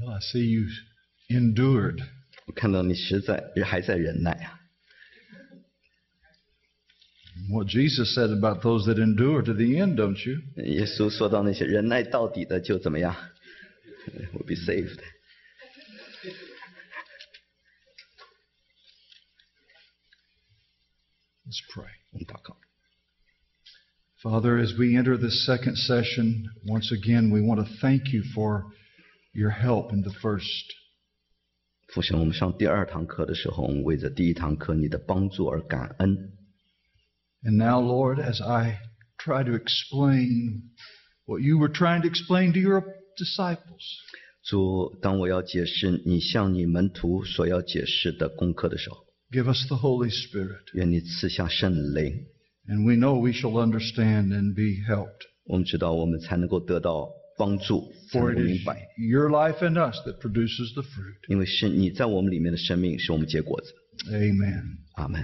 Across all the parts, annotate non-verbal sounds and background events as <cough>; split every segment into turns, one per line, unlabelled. Well, I see you endured.
我看到你实在还在忍耐啊。
What Jesus said about those that endure to the end, don't you?
耶稣说到那些忍耐到底的就怎么样 <laughs> ，will be saved。
Let's pray.
我们祷告，
Father, as we enter this second session, once again, we want to thank you for your help in the first.
父神，我们上第二堂课的时候，我们为着第一堂课你的帮助而感恩。
And now, Lord, as I try to explain what you were trying to explain to your disciples,
主，当我要解释你向你门徒所要解释的功课的时候，
give us the Holy Spirit,
愿你赐下圣灵。
and we know we shall understand and be helped.
我们知道，我们才能够得到帮助，才
For it
能够
is
明白，
your life in us that produces the fruit.
因为是你在我们里面的生命，是我们结果子。
Amen.
阿门。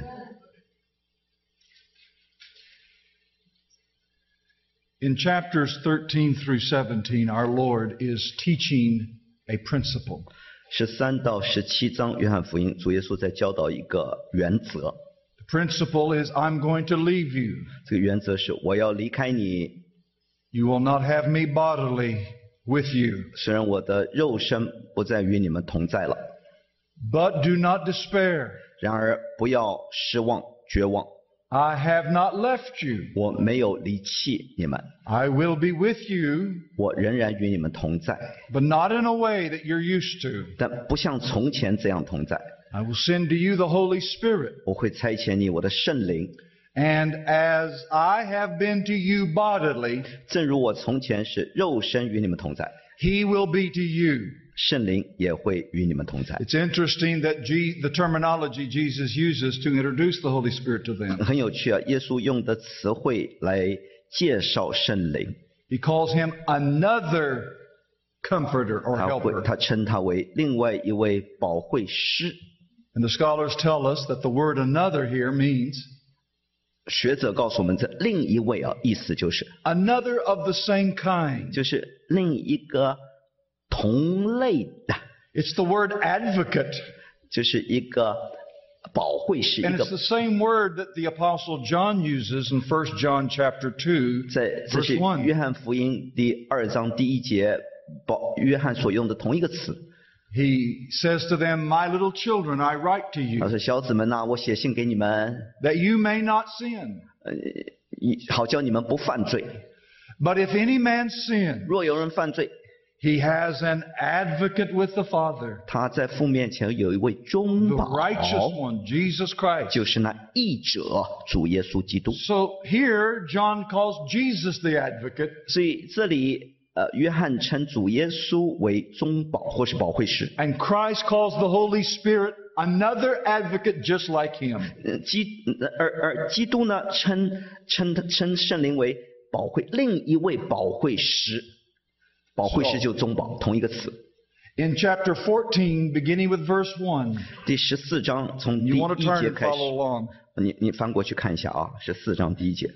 In chapters 13 through 17, our Lord is teaching a principle.
十三到十七章，约翰福音，主耶稣在教导一个原则，
The principle is I'm going to leave you.
这个原则是我要离开你，
You will not have me bodily with you,
虽然我的肉身不再与你们同在了，
but do not despair.
然而不要失望绝望，
I have not left you.
我没有离弃你们，
I will be with you,
我仍然与你们同在，
but not in a way that you're used to.
但不像从前这样同在。
I will send to you the Holy Spirit.
我会差遣你我的圣灵，
And as I have been to you bodily,
正如我从前是肉身与你们同在，
he will be to you.
圣灵也会与你们同在。
It's interesting that Je- the terminology Jesus uses to introduce the Holy Spirit to them.
很有趣啊，耶稣用的词汇来介绍圣灵，
He calls him another comforter or
他会
helper.
他称他为另外一位保惠师。
And the scholars tell us that the word another here means
学者告诉我们，这另一位啊，意思就是
another of the same kind.
就是另一个同类的，
It's the word advocate.
就是一个保惠师，一
And
个
it's the same word that the apostle John uses in 1 John chapter 2,
在这是
verse
约
1.
翰福音第二章第一节，保约翰所用的同一个词。
He says to them, My little children, I write to
他
you
说：“小子们呐、我写信给你们，
that you may not sin.
呃，以好叫你们不犯罪。
But if any man sin,
若有人犯罪，
He has an advocate with the Father,
他在父面前有一位中
the
保，
righteous one, Jesus Christ.
就是那义者主耶稣基督。
So here, John calls Jesus the advocate,
所以这里，呃，约翰称主耶稣为中保或是保惠师，
and Christ calls the Holy Spirit another advocate just like him.
呃，基呃而而基督呢称称他称圣灵为保惠，另一位保惠师，保惠师就中保，同一个词。
In chapter 14, beginning with verse 1,
第十四章从第
you want
一
to turn
节
and
开始
follow，along.
你你翻过去看一下啊，十四章第一节。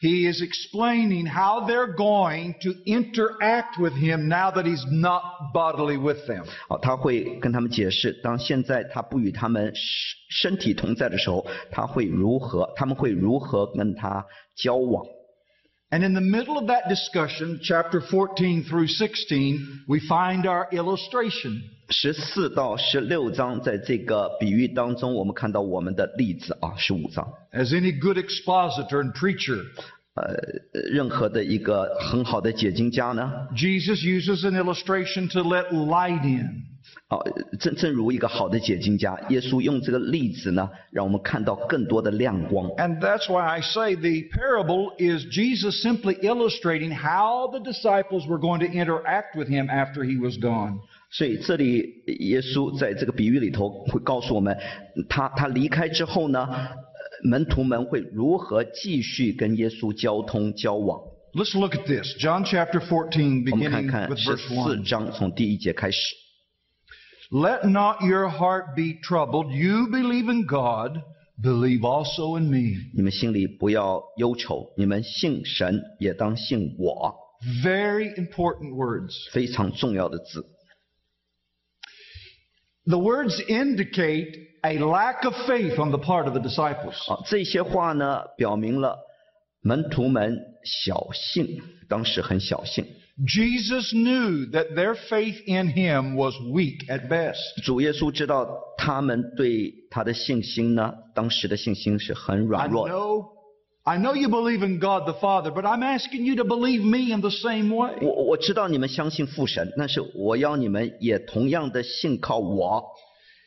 He is explaining how they're going to interact with him now that he's not bodily with them.
好，他会跟他们解释，当现在他不与他们身身体同在的时候，他会如何，他们会如何跟他交往。
And in the middle of that discussion, chapter 14 through 16, we find our illustration.
十四到十六章，在这个比喻当中，我们看到我们的例子啊，十五章。
As any good expositor and preacher,
呃，任何的一个很好的解经家呢，
Jesus uses an illustration to let light in.
啊，正正如一个好的解经家，耶稣用这个例子呢，让我们看到更多的亮光。
And that's why I say the parable is Jesus simply illustrating how the disciples were going to interact with him after he was gone.
所以这里耶稣在这个比喻里头会告诉我们，他他离开之后呢，呃门徒们会如何继续跟耶稣交通交往？
Let's look at this. John chapter 14,
我们看
beginning
看
with
十
verse
四
1.
章从第一节开始。
Let not your heart be troubled. You believe in God, believe also in me.
你们心里不要忧愁，你们信神也当信我。
Very important words.
非常重要的字，
The words indicate a lack of faith on the part of the disciples.
啊，这些话呢，表明了门徒们小信，当时很小信。
Jesus knew that their faith in him was weak at best.
主耶稣知道他们对他的信心呢，当时的信心是很
I
软弱的。
know, I know you believe in God the Father, but I'm asking you to believe me in the same way.
我我知道你们相信父神，但是我要你们也同样的信靠我。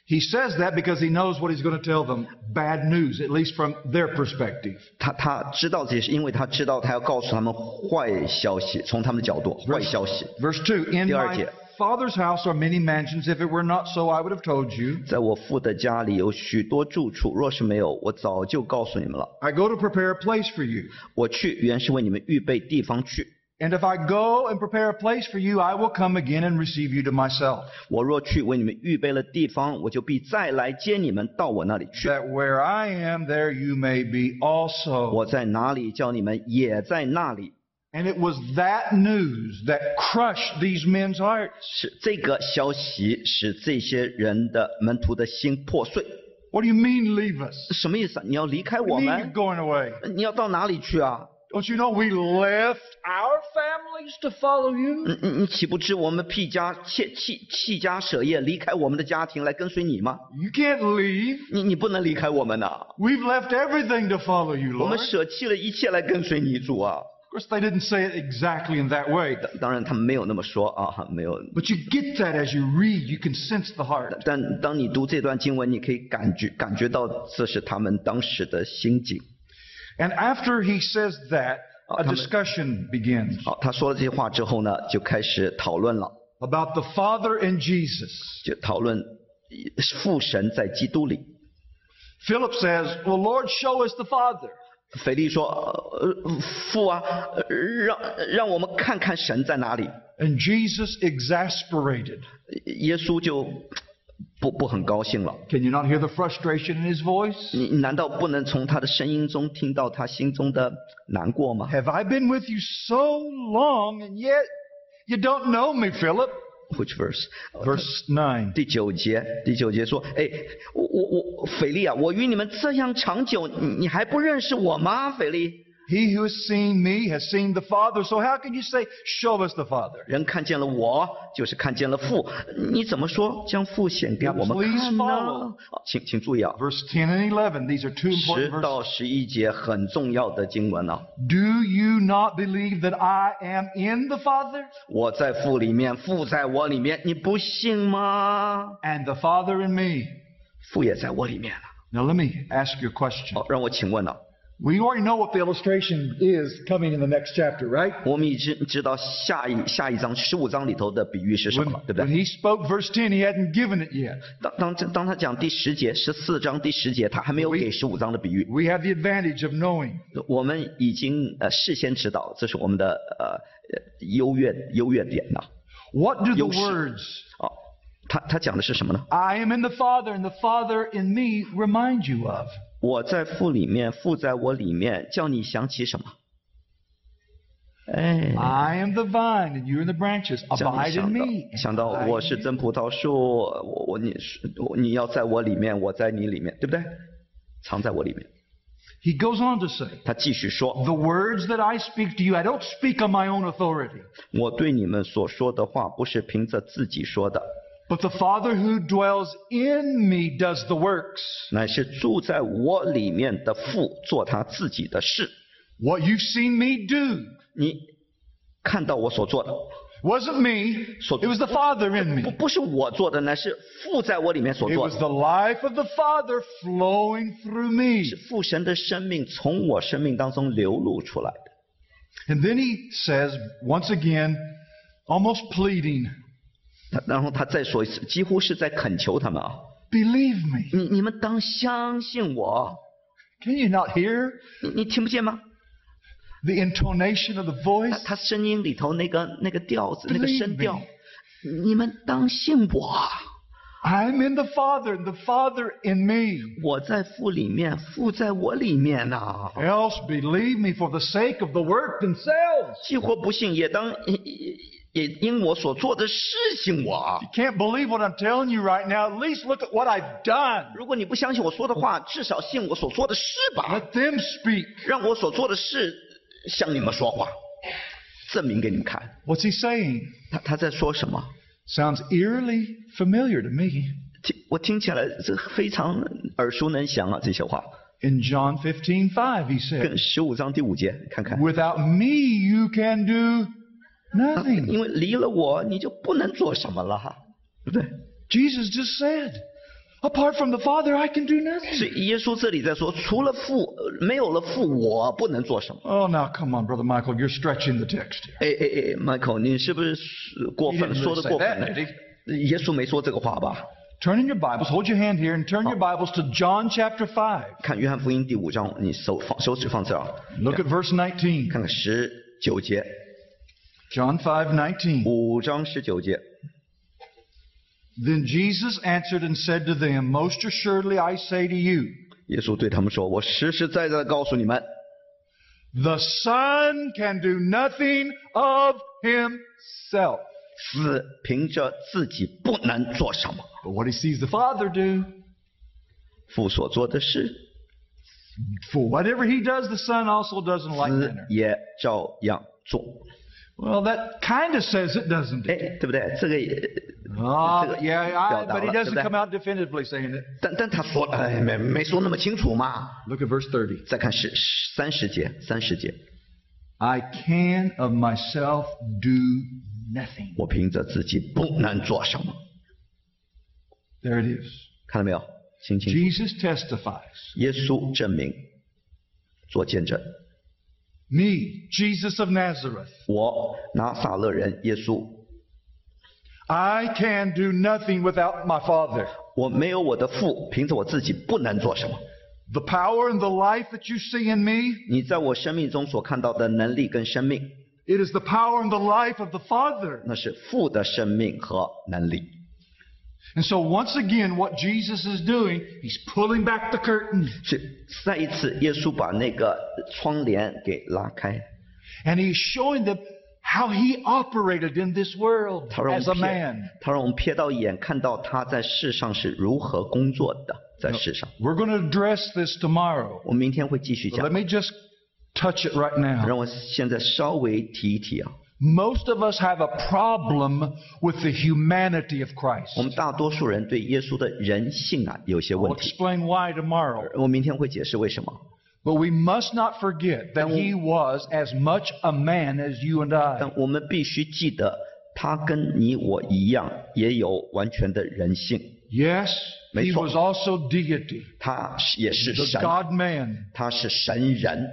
He says that because he knows what he's going to tell them. Bad news, at least from their perspective.
他他知道这些，因为他知道他要告诉他们坏消息，从他们的角度，坏消息。
Verse 2 In my
第二节。
Father's house are many mansions. If it were not so, I would have told you.
在我父的家里有许多住处，若是没有，我早就告诉你们了。
I go to prepare a place for you.
我去原是为你们预备地方去。
And if I go and prepare a place for you, I will come again and receive you to myself,
我若去为你们预备了地方，我就必再来接你们到我那里去。
that where I am, there you may be also.
我在哪里，叫你们也在那里。
And it was that news that crushed these men's hearts.
是这个消息使这些人的门徒的心破碎。
What do you mean, leave us?
什么意思啊？你要离开
What do
我
you mean, you're
们？
going away?
你要到哪里去啊？
Don't you know we left our families to follow you?
你你你岂不知我们弃家弃弃弃家舍业，离开我们的家庭来跟随你吗？
You can't leave.
你你不能离开我们呐、
We've left everything to follow you,
我们
Lord.
舍弃了一切来跟随你主啊。
Of course, they didn't say it exactly in that way.
当当然他们没有那么说啊，没有。
But you get that as you read. You can sense the heart.
但当你读这段经文，你可以感觉感觉到这是他们当时的心境。
And after he says that, a
他们-
discussion begins
好，他说了这些话之后呢，就开始讨论了，
about the Father and Jesus.
就讨论父神在基督里。
Philip says, Well, Lord, show us the Father.
腓力说：“呃，父啊，呃让让我们看看神在哪里。”
And Jesus exasperated.
耶稣就不不很高兴了。
Can you not hear the frustration in his voice?
你你难道不能从他的声音中听到他心中的难过吗？
Have I been with you so long and yet you don't know me, Philip?
Which verse？
Verse 9.
第九节，第九节说：“哎，我我我，腓力啊，我与你们这样长久，你你还不认识我吗？腓力，
He who has seen me has seen the Father. So how can you say, Show us the Father?
人看见了我，就是看见了父。你怎么说将父显给我们
Now, please
看呢
follow.？”好
请请注意啊，
Verse 10 and 11. These are two
十
important
到
verses.
十一节很重要的经文啊。
Do you not believe that I am in the Father?
我在父里面，父在我里面，你不信吗？
and the Father in me.
父也在我里面了。啊哦
Now let me ask you a question.
好，让我请问啊了，
We already know what the illustration is coming in the next chapter, right?
我们已经知道下一下一章十五章里头的比喻是什么
When,
了，对不
when
对？
he spoke verse 10, he hadn't given it yet.
当当这当他讲第十节，十四章第十节，他还没有给十五章的比喻。
We have the advantage of knowing.
我们已经呃事先知道，这是我们的呃呃优越优越点呐、
What do the
Yoshi.
words,
哦，他他讲的是什么呢？
I am in the Father and the Father in me, remind you of?
我在父里面，父在我里面，叫你想起什么？哎，
I am the vine and you are the branches.
叫你
Abide
想
in
到
me.
想到
and I
我
in
是
you.
真葡萄树，我我你是我你要在我里面，我在你里面，对不对？藏在我里面。
He goes on to say,
他继续说
The words that I speak to you, I don't speak on my own authority.：“
我对你们所说的话，不是凭着自己说的，
But the Father who dwells in me does the works.
乃是住在我里面的父做他自己的事。
What you've seen me do
你看到我所做的，
wasn't me,
So-
it was the Father in
不
me.
不是我做的，乃是父在我里面所
It
做
was
的。
the life of the Father flowing through me.
是父神的生命从我生命当中流露出来的。
And then he says, once again, almost pleading,
他”然后他再说一次，几乎是在恳求他们啊。
Believe me.
你你们当相信我，
Can you not hear
你你听不见吗？
the intonation of the
他
voice?
他声音里头那个那个调子，那个
Believe
声调
me.，
你们当信我，
I'm in the Father, and the Father in me.
我在父里面，父在我里面啊呐、
Else believe me for the sake of the work themselves.
既或不信，也当也也也因我所做的事情我啊。
You can't believe what I'm telling you right now. At least look at what I've done.
如果你不相信我说的话，至少信我所做的事吧，
Let them speak.
让我所做的事向你们说话，证明给你们看。
What's he saying?
他他在说什么？
Sounds eerily familiar to me.
听我听起来这非常耳熟能详啊，这些话。
In John 15:5, he said,
跟十五章第五节看看，
Without me, you can do nothing.
啊因为离了我你就不能做什么了哈，对不对？
Jesus just said, Apart from the Father, I can do nothing.
所以耶稣这里在说，除了父，呃没有了父，我不能做什么。
Oh, now come on, Brother Michael, you're stretching the text here.
哎哎哎，Michael，你是不是是过
He
分
didn't
说
really
的
say
过分
that, did
了？哎
he?
耶稣没说这个话吧？
Turn in your Bibles, hold your hand here, and turn your Bibles to John chapter 5.
看约翰福音第五章，你手放手指放这儿啊，
Look at verse 19.
看看十九节，
John 5 19.
五章十九节。
Then Jesus answered and said to them, Most assuredly I say to you,
耶稣对他们说：“我实实在在的告诉你们，
the Son can do nothing of himself.
子凭着自己不能做什么，
But what he sees the Father do,
父所做的事，
for whatever he does, the Son also does in like
子
manner.
也照样做。
Well, that kind of says it, doesn't
哎
it?
对不对？这个也，
Ah,
It's a-
yeah, I,
Yeah,
but he
that-
doesn't
that-
come out definitively saying it.
但但他说了，哎，没没说那么清楚嘛。
Look at verse 30.
再看十十三十节，三十节，
I can of myself do nothing.
我凭着自己不能做什么，
There it is.
看到没有？清清楚
Jesus testifies.
耶稣证明，做见证。
Me, Jesus of Nazareth,
我拿撒勒人耶稣，
I can do nothing without my Father.
我没有我的父，凭着我自己不能做什么。
The power and the life that you see in me,
你在我生命中所看到的能力跟生命，
it is the power and the life of the Father.
那是父的生命和能力。
And so, once again, what Jesus is doing, he's pulling back the curtain
是再一次，耶稣把那个窗帘给拉开，
and he's showing them how he operated in this world
他让我
as a
们
man.
瞥，他让我们瞥到一眼，看到他在世上是如何工作的。在世上，
We're going to address this tomorrow.
我们明天会继续
But
讲
let。me just touch it right now.
让我现在稍微提一提啊，
Most of us have a problem with the humanity of Christ.
我们大多数人对耶稣的人性啊有些
I'll
问题，
explain why tomorrow.
我明天会解释为什么。
But we must not forget that he was as much a man as you and I.
但我们必须记得，他跟你我一样，也有完全的人性，
Yes, he
That's right.
was also deity,
他是也是
the
神，
God man.
他是神人。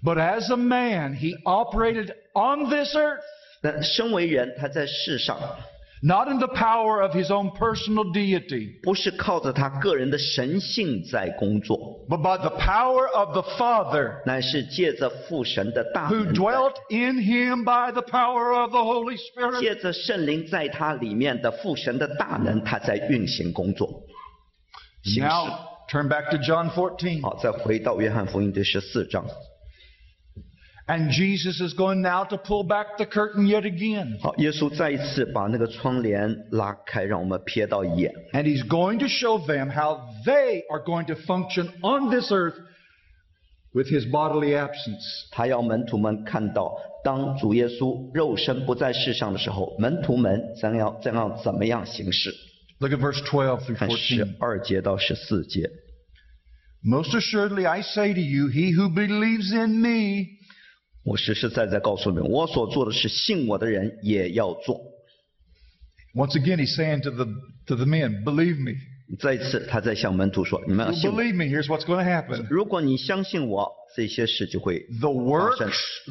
But as a man, he operated on this earth,
但身为人，他在世上
not in the power of his own personal deity,
不是靠着他个人的神性在工作，
but by the power of the Father
乃是借着父神的大
who
能，
dwelt in him by the power of the Holy Spirit.
借着圣灵在他里面的父神的大能，他在运行工作。
Now turn back to John 14.
好，再回到约翰福音第十四章。
And Jesus is going now to pull back the curtain yet again.
好，耶稣再一次把那个窗帘拉开，让我们瞥到一眼。
And he's going to show them how they are going to function on this earth with his bodily absence.
他要门徒们看到，当主耶稣肉身不在世上的时候，门徒们将要将要怎么样行事？
Look at verse 12 through
看十
14.
二节到十四节。
Most assuredly, I say to you, he who believes in me,
我实实在在告诉你们，我所做的事，信我的人也要做。
once again, he's saying to the, to the men, believe me.
再一次，他在向门徒说：“你们要
You
信我。
believe me, here's what's going to happen.
如果你相信我，这些事就会。
The works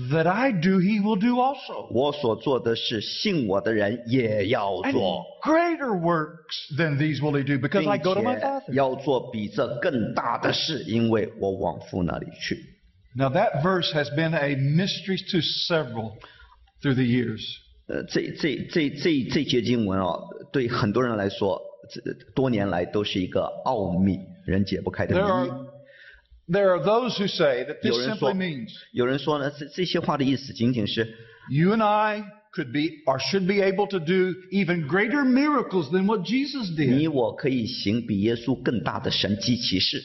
that I do, he will do also.
我所做的事，信我的人也要
And
做，
greater works than these will he do
并
because I go to my
且
Father.
要做比这更大的事，因为我往父那里去。”
Now, that verse has been a mystery to several through the years.
呃，这这这这这节经文啊，对很多人来说，这多年来都是一个奥秘，人解不开的
There
谜。
are, there are those who say that this
Yo, eso-
simply means
有人说呢，这这些话的意思仅仅是
You and I could be or should be able to do even greater miracles than what Jesus
你
did.
我可以行比耶稣更大的神迹奇事。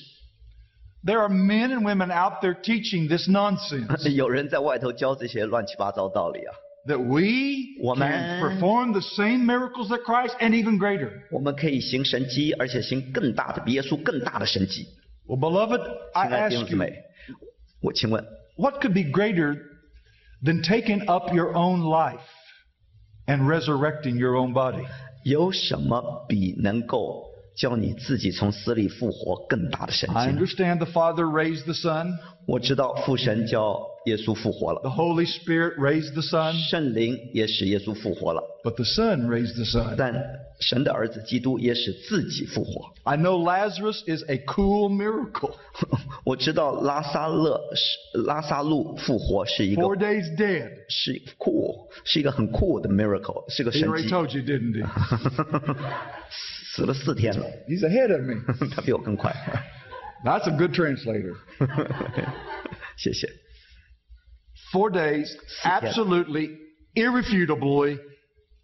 There are men and women out there teaching this nonsense
<laughs> 有人在外头教这些乱七八糟道理啊，
that we can
我们-
perform the same miracles that Christ and even greater.
我们可以行神迹，而且行更大的比耶稣更大的神迹。
Well, beloved,
亲
I
爱的弟兄
ask
姊
you,
妹，我请问，
what could be greater than taking up your own life and resurrecting your own body?
有什么比能够叫你自己从死里复活更大的神迹
I
呢？
understand the Father raised the Son,
我知道父神叫耶稣复活了，
the Holy Spirit raised the Son,
圣灵也使耶稣复活了，
but the Son raised the Son.
但神的儿子基督也使自己复活。 <laughs>
I know Lazarus is a cool miracle.
我知道拉撒勒是拉撒路复活是一个
Four days dead.
是酷，是一个很酷的 miracle，是个
He
神
already
迹，
told you, didn't he?
死了四天了， <laughs>
He's ahead of me.
他比我更快，
That's a good translator.
谢谢。
Four days, absolutely, irrefutably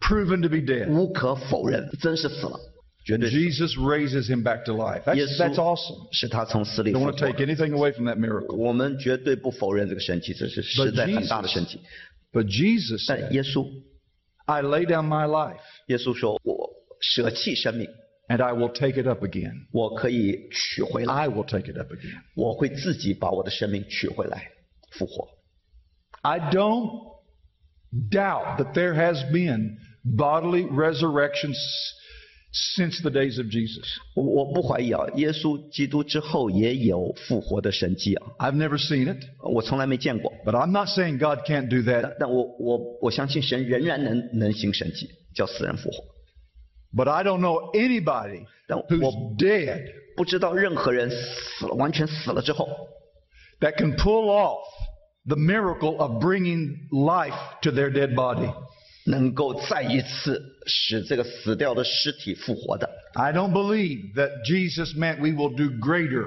proven to be dead.
无可否认，真是死了，绝
And
对是
Jesus raises him back to life. That's,
Yes,
that's
so-
awesome.
是他从死里复
Don't want to
活。
take anything away from that miracle.
我们绝对不否认这个神迹，这是实在很大的神迹。
But Jesus
但
said,
耶稣，
I lay down my life
耶稣说：“我舍弃生命，
and I will take it up again.
我可以取回来，
I will take it up again.
我会自己把我的生命取回来，复活。
I don't doubt that there has been bodily resurrection s- since the days of Jesus.
我”我不怀疑啊，耶稣基督之后也有复活的神迹啊，
I've never seen it,
我从来没见过。
but I'm not saying God can't do that.
但但我我我相信神仍然能能行神迹，叫死人复活。
But I don't know anybody
但
who's
我
dead
不知道任何人死了，完全死了之后，
that can pull off the miracle of bringing life to their dead body.
能够再一次使这个死掉的尸体复活的。
I don't believe that Jesus meant we will do greater,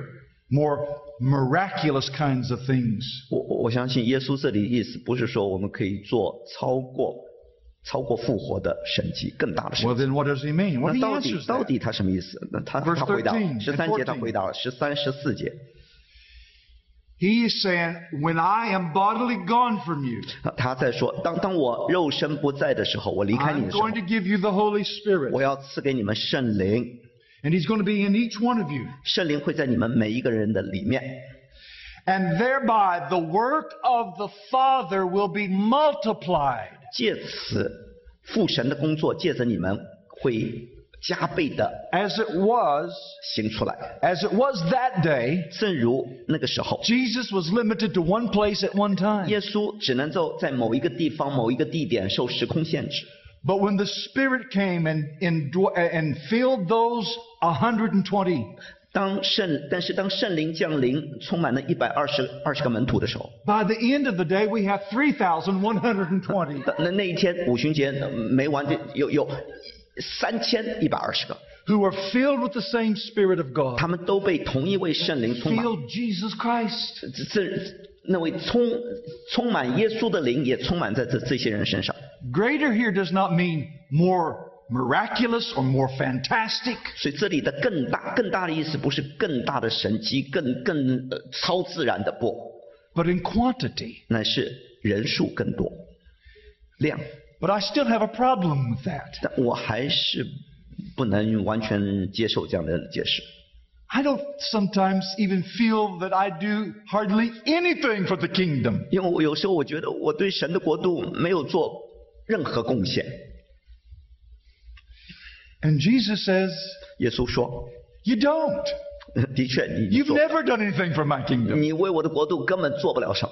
more miraculous kinds of things.
我我我相信耶稣这里意思不是说我们可以做超过超过复活的神迹，更大的神
Well,
迹。
then what does he mean? Well,
那
he answers
到底到
that.
底他什么意思？那他
Verse
他回答
13
十三
and
节，
14
他回答了十三十四节，
He is saying, when I am bodily gone from you,
他他在说，当当我肉身不在的时候，我离开你
I'm
的时候
going，to give you the Holy
我
Spirit.
要赐给你们圣灵，
And he's going to be in each one of you.
圣灵会在你们每一个人的里面，
And thereby the work of the Father will be multiplied.
借此父神的工作，借着你们会加倍的
As it was,
行出来。
as it was that day,
正如那个时候，
Jesus was limited to one place at one time.
耶稣只能够在某一个地方、某一个地点受时空限制。
But when the Spirit came and, and, dw- and filled those 120
当圣，但是当圣灵降临，充满了一百二十二十个门徒的时候，
By the end of the day, we have 3,120
那那那一天五旬节呃没完就有有三千一百二十个，
who are filled with the same Spirit of God,
他们都被同一位圣灵充满。
filled Jesus Christ.
这这那位充充满耶稣的灵也充满在这这些人身上，
Greater here does not mean more miraculous or more fantastic.
所以这里的更大更大的意思不是更大的神机，更更、呃、超自然的不，
but in quantity.
乃是人数更多量。
But I still have a problem with that.
但我还是不能完全接受这样的解释。
I don't sometimes even feel that I do hardly anything for the kingdom.
因为我有时候我觉得我对神的国度没有做任何贡献。
And Jesus says,
耶稣说 <laughs>
You don't.：“
的确，你你
You've
做，
never done anything for my kingdom.
你为我的国度根本做不了什么，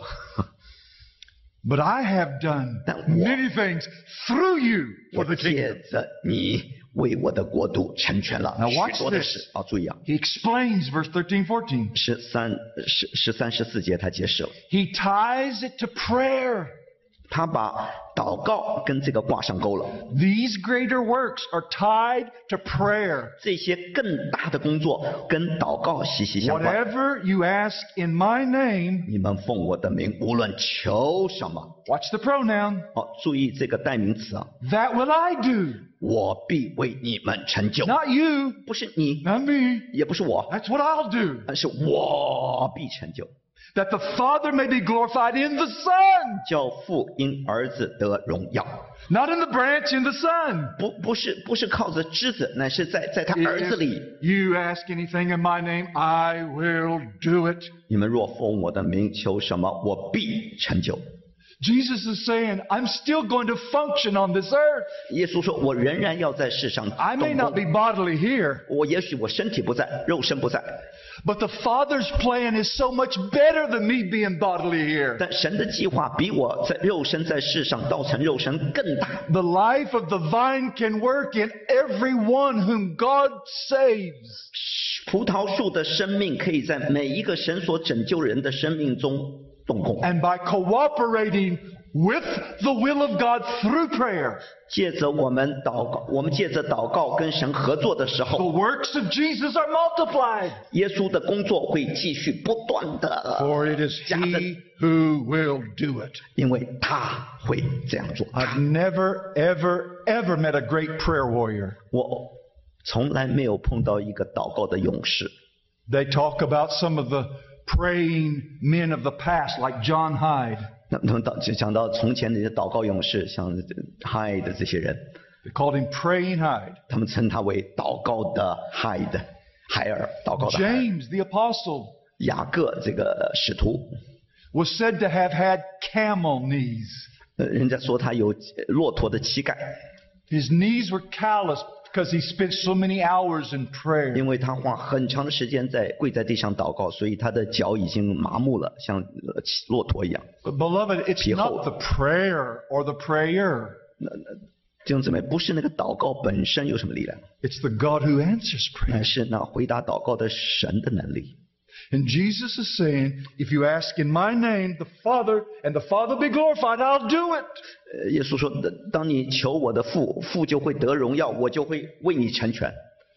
But I have done
That what?
many things through you
我
for the
借
kingdom.
着你为我的国度成全了
Now watch
许多的
this.
事。”啊，注意啊，
He explains verse 13, 14.
十三、十十三、十四节他解释了，
He ties it to prayer.
他把祷告跟这个挂上钩了。
These greater works are tied to prayer.
这些更大的工作跟祷告息息相关。
Whatever you ask in my name,
你们奉我的名，无论求什么，
watch the pronoun,
哦，注意这个代名词啊，
that will I do.
我必为你们成就，
Not you,
不是你，
not me.
也不是我，
That's what I'll do.
而是我必成就，
That the Father may be glorified in the Son.
叫父因儿子得荣耀。
Not in the branch, in the Son.
不，不是，不是靠着枝子，乃是在在他儿子里。
If you ask anything in my name, I will do it.
你们若奉我的名求什么，我必成就。
Jesus is saying, I'm still going to function on this earth.
耶稣说：“我仍然要在世上
I may
动
not
工
be bodily here,
我也许我身体不在，肉身不在，
but the Father's plan is so much better than me being bodily here.
但神的计划比我在肉身在世上造成肉身更大。
The life of the vine can work in everyone whom God saves.
葡萄树的生命可以在每一个神所拯救人的生命中动工，
And by cooperating with the will of God through prayer,
借着我们祷告，我们借着祷告跟神合作的时
the
候，
works of Jesus are multiplied.
耶稣的工作会继续不断的，
For it is He who will do it.
因为他会这样做。
I've never, ever, ever met a great prayer warrior.
我从来没有碰到一个祷告的勇士。
They talk about some of the praying men of the past, like John Hyde.
那那么到就讲到从前的一些祷告勇士，像嗨的这些人，
They called him Praying Hyde.
他们称他为祷告的海的海尔，祷告的海尔
James, the apostle,
雅各这个使徒，
was said to have had camel knees.
呃人家说他有骆驼的膝盖，
His knees were calloused because he spent so many hours in prayer.
因为他花很长的时间在跪在地上祷告，所以他的脚已经麻木了，像呃骑骆驼一样。
But beloved, it's not the prayer or the prayer.
弟兄姊妹，不是那个祷告本身有什么力量，
It's the God who answers prayer.
而是那回答祷告的神的能力。
And Jesus is saying, if you ask in my name, the Father, and the Father be glorified, I'll do it.
呃耶稣说：“当你求我的父，父就会得荣耀，我就会为你成全。”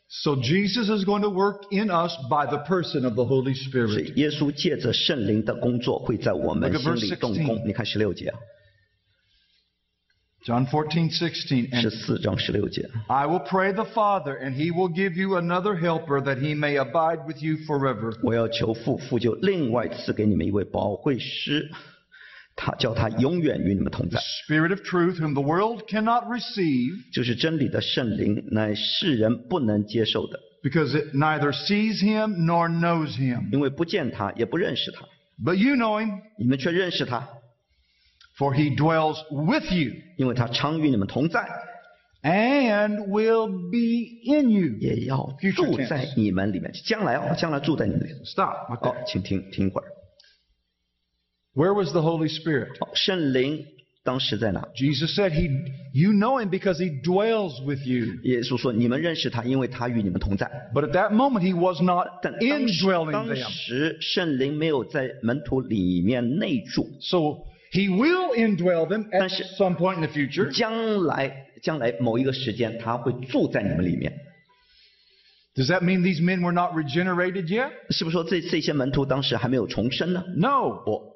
So Jesus is going to work in us by the person of the Holy
所
Spirit.
以耶稣借着圣灵的工作，会在我们
Look at
心
verse
里动工。你看十六节啊，
John 14, 16.
十
And
四章十六节，
I will pray the Father, and he will give you another helper that he may abide with you forever.
我要求父，父就另外赐给你们一位保惠师，他叫他永远与你们同在
The，Spirit of truth, whom the world cannot receive,
就是真理的圣灵，乃世人不能接受的，
because it neither sees him nor knows him.
因为不见他，也不认识他。
But you know him,
你们却认识他，
for he dwells with you
因为他常与你们同在，
and will be in you.
也要
Future
住
tense
在你们里面。将来哦，将来住在你们里面。
Stop. right
好
there.，
请停停一会儿。
Uh, Where was the Holy Spirit?
好，圣灵当时在哪？
Jesus said, he, You know him because he dwells with you.
耶稣说：“你们认识他，因为他与你们同在。
But at that moment, he was not ”
但当时
indwelling
当
them.
时圣灵没有在门徒里面内住，
So he will indwell them at
但是-
some point in the future.
将来将来某一个时间他会住在你们里面。
Does that mean these men were not regenerated yet?
是不是说这这些门徒当时还没有重生呢？
No,
不，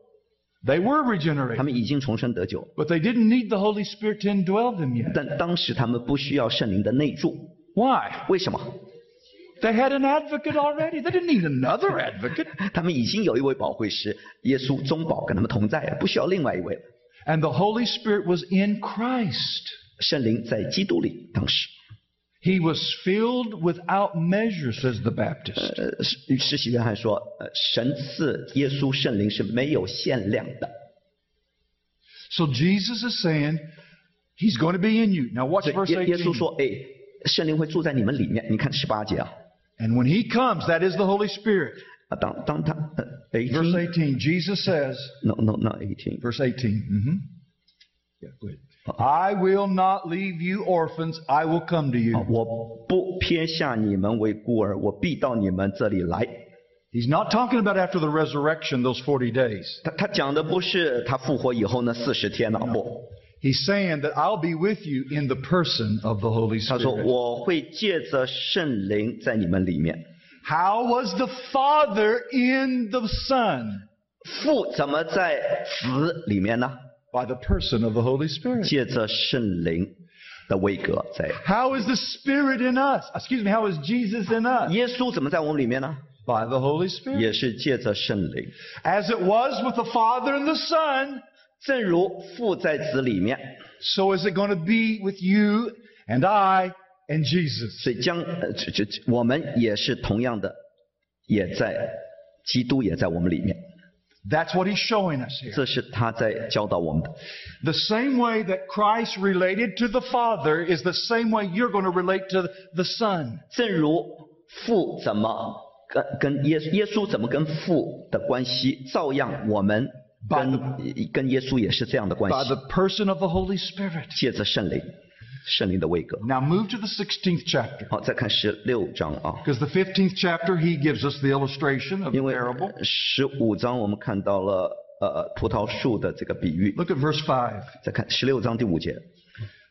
they were
他
regenerated.
们已经重生得救，
But they didn't need the Holy Spirit to indwell them yet.
但当时他们不需要圣灵的内住，
Why?
为什么？
They had an advocate already. They didn't need another advocate.
他们已经有一位保惠师，耶稣中保跟他们同在了，不需要另外一位了。
And the Holy Spirit was in Christ.
圣灵在基督里，当时。
He was filled without measure, says the Baptist.
呃，施施洗约翰说，呃，神赐耶稣圣灵是没有限量的。
So Jesus is saying, He's going to be in you. Now watch
对
verse
耶耶稣
18.
说，哎，圣灵会住在你们里面。你看十八节啊，
And when He comes, that is the Holy Spirit.
啊，当当他呃
Verse
eighteen
eighteen, Jesus says,
no no no eighteen，
verse 18 Mm-hmm. Yeah, go ahead. I will not leave you orphans. I will
Oh.
come to you.
啊我不撇下你们为孤儿，我必到你们这里来。
He's not talking about after the resurrection, those 40 days.
他他讲的不是他复活以后那四十天了，不，
He's saying that I'll be with you in the person of the Holy
他说
Spirit.
我会借着圣灵在你们里面。
How was the Father in the Son?
父怎么在子里面呢？
By the person of the Holy Spirit.
借着圣灵的位格在。
How is the Spirit in us? Excuse me, how is Jesus in us?
耶稣怎么在我们里面呢？
By the Holy Spirit.
也是借着圣灵，
As it was with the Father and the Son,
正如父在子里面，
so is it going to be with you and I and Jesus.
所以将呃这这这我们也是同样的，也在基督也在我们里面。
That's what he's showing us here.
这是他在教导我们的。
The same way that Christ related to the Father is the same way you're going to relate to the Son.
正如父怎么跟跟耶耶稣怎么跟父的关系，照样我们跟跟耶稣也是这样的关
by
系，
the person of the Holy Spirit.
借着圣灵，圣灵的位格。
Now move to the 16th chapter,
好，再看十六章啊，
because the 15th chapter, he gives us the illustration of the
因为
parable.
十五章我们看到了呃葡萄树的这个比喻，
Look at verse 5.
再看十六章第五节，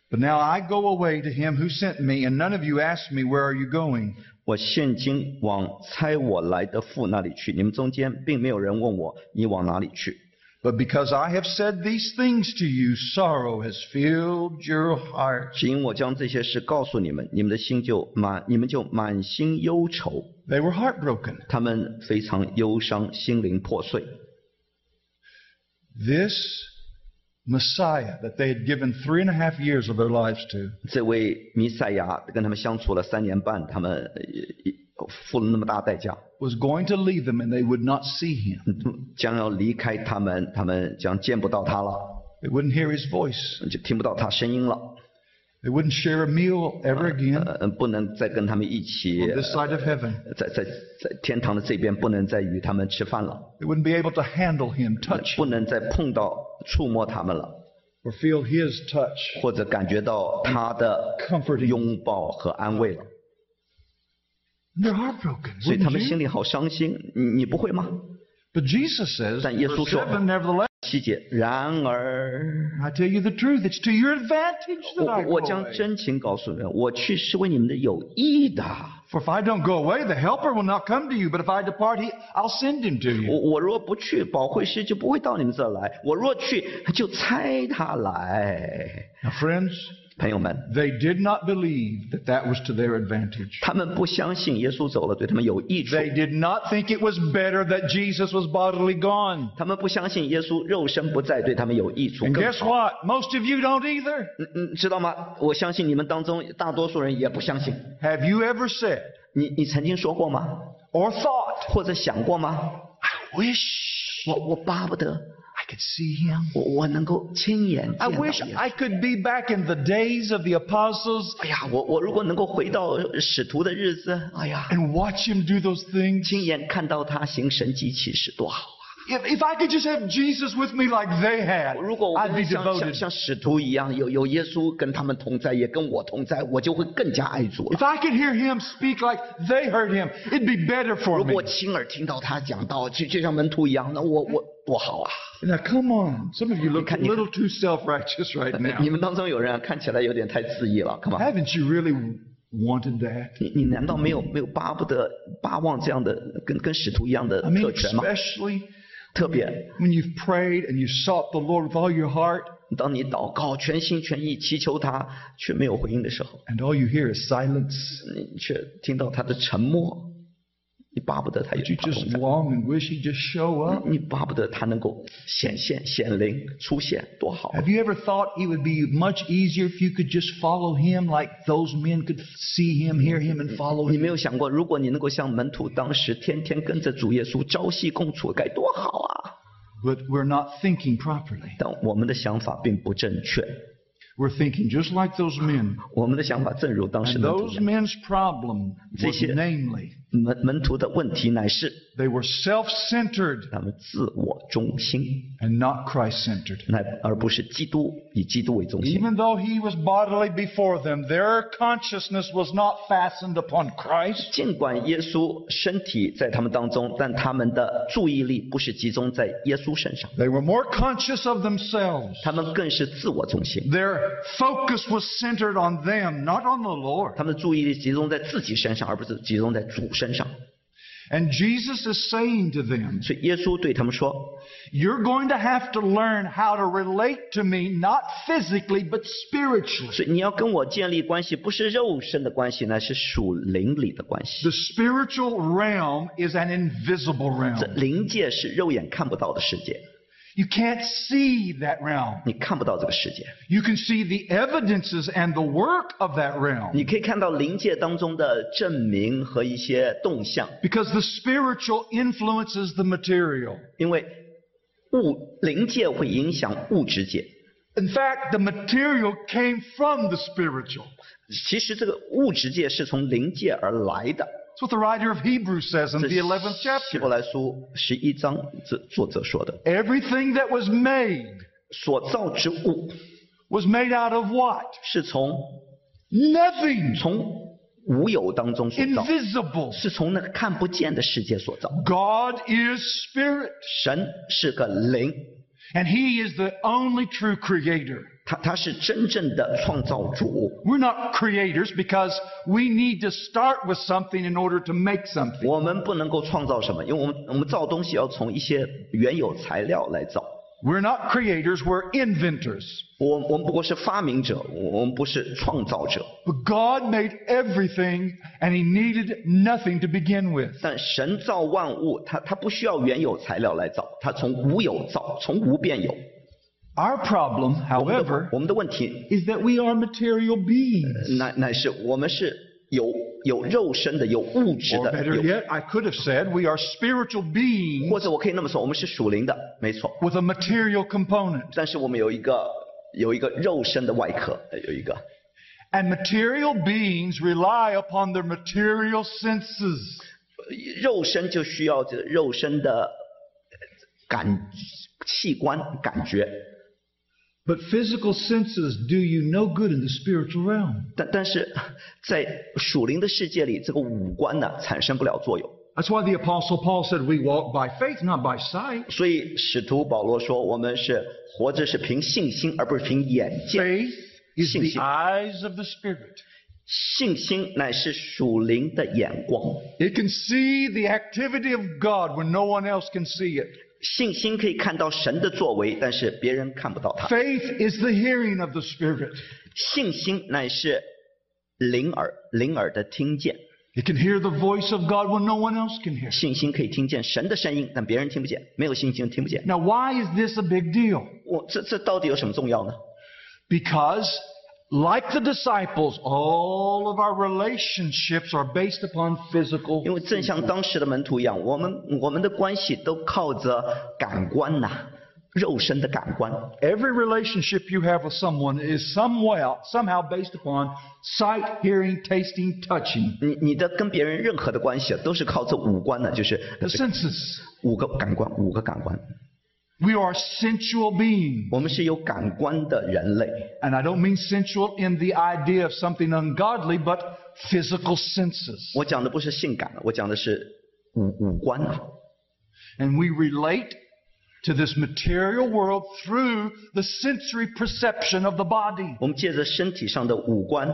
But now I go away to him who sent me, and none of you asked me, Where are you going?
我现今往差我来的父那里去，你们中间并没有人问我你往哪里去，
But because I have said these things to you, sorrow has filled your heart.
只因我将这些事告诉你们，你们的心就满，你们就满心忧愁。
They were heartbroken.
他们非常忧伤，心灵破碎。
This Messiah that they had given three and a half years of their lives to
这位弥赛亚跟他们相处了三年半，他们呃呃付了那么大代价，
was going to leave them, and they would not see him.
嗯将要离开他们，他们将见不到他了，
They wouldn't hear his voice.
就听不到他声音了，
They wouldn't share a meal ever again.
呃，不能再跟他们一起
on this side of heaven.
在在在天堂的这边，不能再与他们吃饭了，
They wouldn't be able to handle him, touch,
不能再碰到、触摸他们了，
or feel his touch.
或者感觉到他的
Comforting
拥抱和安慰了，
And they're heartbroken.
所以他
wouldn't
们
you?
心里好伤心。你你不会吗？
But Jesus says,
但耶稣
verse
说
7, nevertheless,
七节，然而
I tell you the truth, it's to your advantage
我
that I
我
go
我将
away.
真情告诉你们，我去是为你们的有益的。
For if I don't go away, the helper will not come to you, but if I depart, he, I'll send him to
我
you.
我若不去，保惠师就不会到你们这儿来；我若去，就差他来。
Now, friends,
朋友们，
they did not believe that that was to their advantage.
他们不相信耶稣走了对他们有益处，
They did not think it was better that Jesus was bodily gone.
他们不相信耶稣肉身不在对他们有益处。
And
更
guess what? Most of you don't either.
嗯嗯，知道吗？我相信你们当中大多数人也不相信。
Have you ever said
你你曾经说过吗？
or thought
或者想过吗？
I wish
我我巴不得
I could see him.
我我能够亲眼见
I
到耶
wish
稣。
I could be back in the days of the apostles
哎呀，我我如果能够回到使徒的日子，哎呀，
and watch him do those things.
亲眼看到他行神迹奇事，多好啊！
If, if I could just have Jesus with me like they had,
如果我
I'd be
跟像像
devoted.
像使徒一样，有有耶稣跟他们同在，也跟我同在，我就会更加爱主了
If。I could hear him speak like they heard him, it'd be better for
如果
me.
亲耳听到他讲道，就就像门徒一样，那我我多好啊！
Now, come on. Some of you look a
Can you-
little too self righteous right
你
now.
你们当中有人啊看起来有点太自义了，干嘛？
Haven't you really wanted that?
你你难道没有没有巴不得巴望这样的跟跟使徒一样的
I mean,
特权吗？
especially
特别
when you've prayed and you sought the Lord with all your heart,
当你祷告全心全意祈求他却没有回应的时候，
and all you hear is silence.
你却听到他的沉默，你巴不得他有
But you
他同
just
在
long and wish he'd just show up.
你巴不得他能够显现显灵出现，多好！啊
Have you ever thought it would be much easier if you could just follow him like those men could see him, hear him, and follow
你
him?
没有想过，如果你能够像门徒当时天天跟着主耶稣朝夕共处，该多好啊！
But we're not thinking properly.
但我们的想法并不正确，
We're thinking just like those men.
我们的想法正如当时
And
门徒一
those
样，
men's problem was
Zeke-
namely
门门徒的问题乃是
They were self centered
他们自我中心，
and not Christ centered.
那而不是基督以基督为中心。
Even though he was bodily before them, their consciousness was not fastened upon Christ.
尽管耶稣身体在他们当中，但他们的注意力不是集中在耶稣身上，
They were more conscious of themselves.
他们更是自我中心，
Their focus was centered on them, not on the Lord.
他们的注意力集中在自己身上，而不是集中在主身上。
And Jesus is saying to them,
所以耶稣对他们说
You're going to have to learn how to relate to me, not physically, but：“ spiritually.
所以你要跟我建立关系，不是肉身的关系呢，是属灵里的关系。
The spiritual realm is an invisible
这
realm.
灵界是肉眼看不到的世界，
You can't see that realm.
你看不到这个世界，
You can see the evidences and the work of that realm
你可以看到灵界当中的证明和一些动向，
because the spiritual influences the material.
因为物灵界会影响物质界。”
In fact, the material came from the spiritual.
其实这个物质界是从灵界而来的。
That's what the writer of Hebrews says in
这
the 11th
希
chapter.
伯来书十一章，这作者说的，
Everything that was made
所造之物
was made out of what?
是从
Nothing.
从无有当中所造，
Invisible.
是从那个看不见的世界所造。
God is spirit,
神是个灵，
and He is the only true creator.
他他是真正的创造主。
We're not creators because we need to start with something in order to make something.
我们不能够创造什么，因为我们我们造东西要从一些原有材料来造。
We're not creators, we're inventors.
我我们不过是发明者，我我们不是创造者。
But God made everything, and He needed nothing to begin with.
但神造万物，他他不需要原有材料来造，他从无有造，从无变有。
Our problem,
我们的
however,
我们的问题
is that we are material beings.
乃乃是我们是有有肉身的，有物质
Or
的，
better
有
yet, I could have said we are spiritual beings
或者我可以那么说，我们是属灵的，没错。
with a material component.
但是我们有一个有一个肉身的外壳，呃有一个
And material beings rely upon their material senses.
肉身就需要这肉身的感器官感觉，
But physical senses do you no good in the spiritual realm.
但但是在属灵的世界里，这个五官呢产生不了作用。
That's why the Apostle Paul said we walk by faith, not by sight.
所以使徒保罗说，我们是活着是凭信心，而不是凭眼见。
Faith is
Sim,
the
sim.
eyes of the Spirit.
信心乃是属灵的眼光，
It can see the activity of God when no one else can see it.
信心可以看到神的作为，但是别人看不到他。
Faith is the hearing of the Spirit.
信心乃是灵耳，灵耳的听见，
It can hear the voice of God when no one else can hear.
信心可以听见神的声音，但别人听不见。没有信心听不见。
Now, why is this a big deal?
我这这到底有什么重要呢？
Because, like the disciples, all of our relationships are based upon physical.
因为正像当时的门徒一样，我们我们的关系都靠着感官呐、肉身的感官。
Every relationship you have with someone is somewhere, somehow based upon sight, hearing, tasting, touching,
你你的跟别人任何的关系都是靠这五官的，就是
the senses.
五个感官，五个感官。
We are sensual beings.
我们是有感官的人类，
And I don't mean sensual in the idea of something ungodly, but physical senses.
我讲的不是性感，我讲的是五五官。啊
And we relate to this material world through the sensory perception of the body.
我们借着身体上的五官，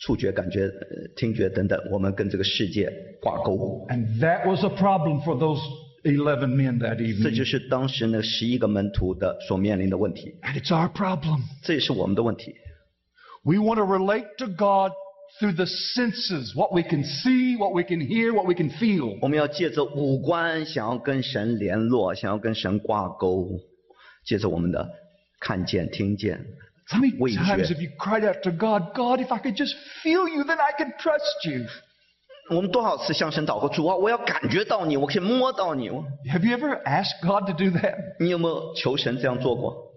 触觉、感觉、呃听觉等等，我们跟这个世界挂钩。
And that was a problem for those 11 men that
这
evening.
就是当时那十一个门徒的所面临的问题，
And it's our problem.
这也是我们的问题。
We want to relate to God through the senses, what we can see, what we can hear, what we can feel.
我们要借着五官，想要跟神联络，想要跟神挂钩，借着我们的看见、听见，
How many
Wait,
times
yeah.
have you cried out to God, God, if I could just feel you, then I could trust you?
我们多少次向神祷告，主啊，我要感觉到你，我可以摸到你。我
Have you ever asked God to do that?
你有没有求神这样做过？ <laughs>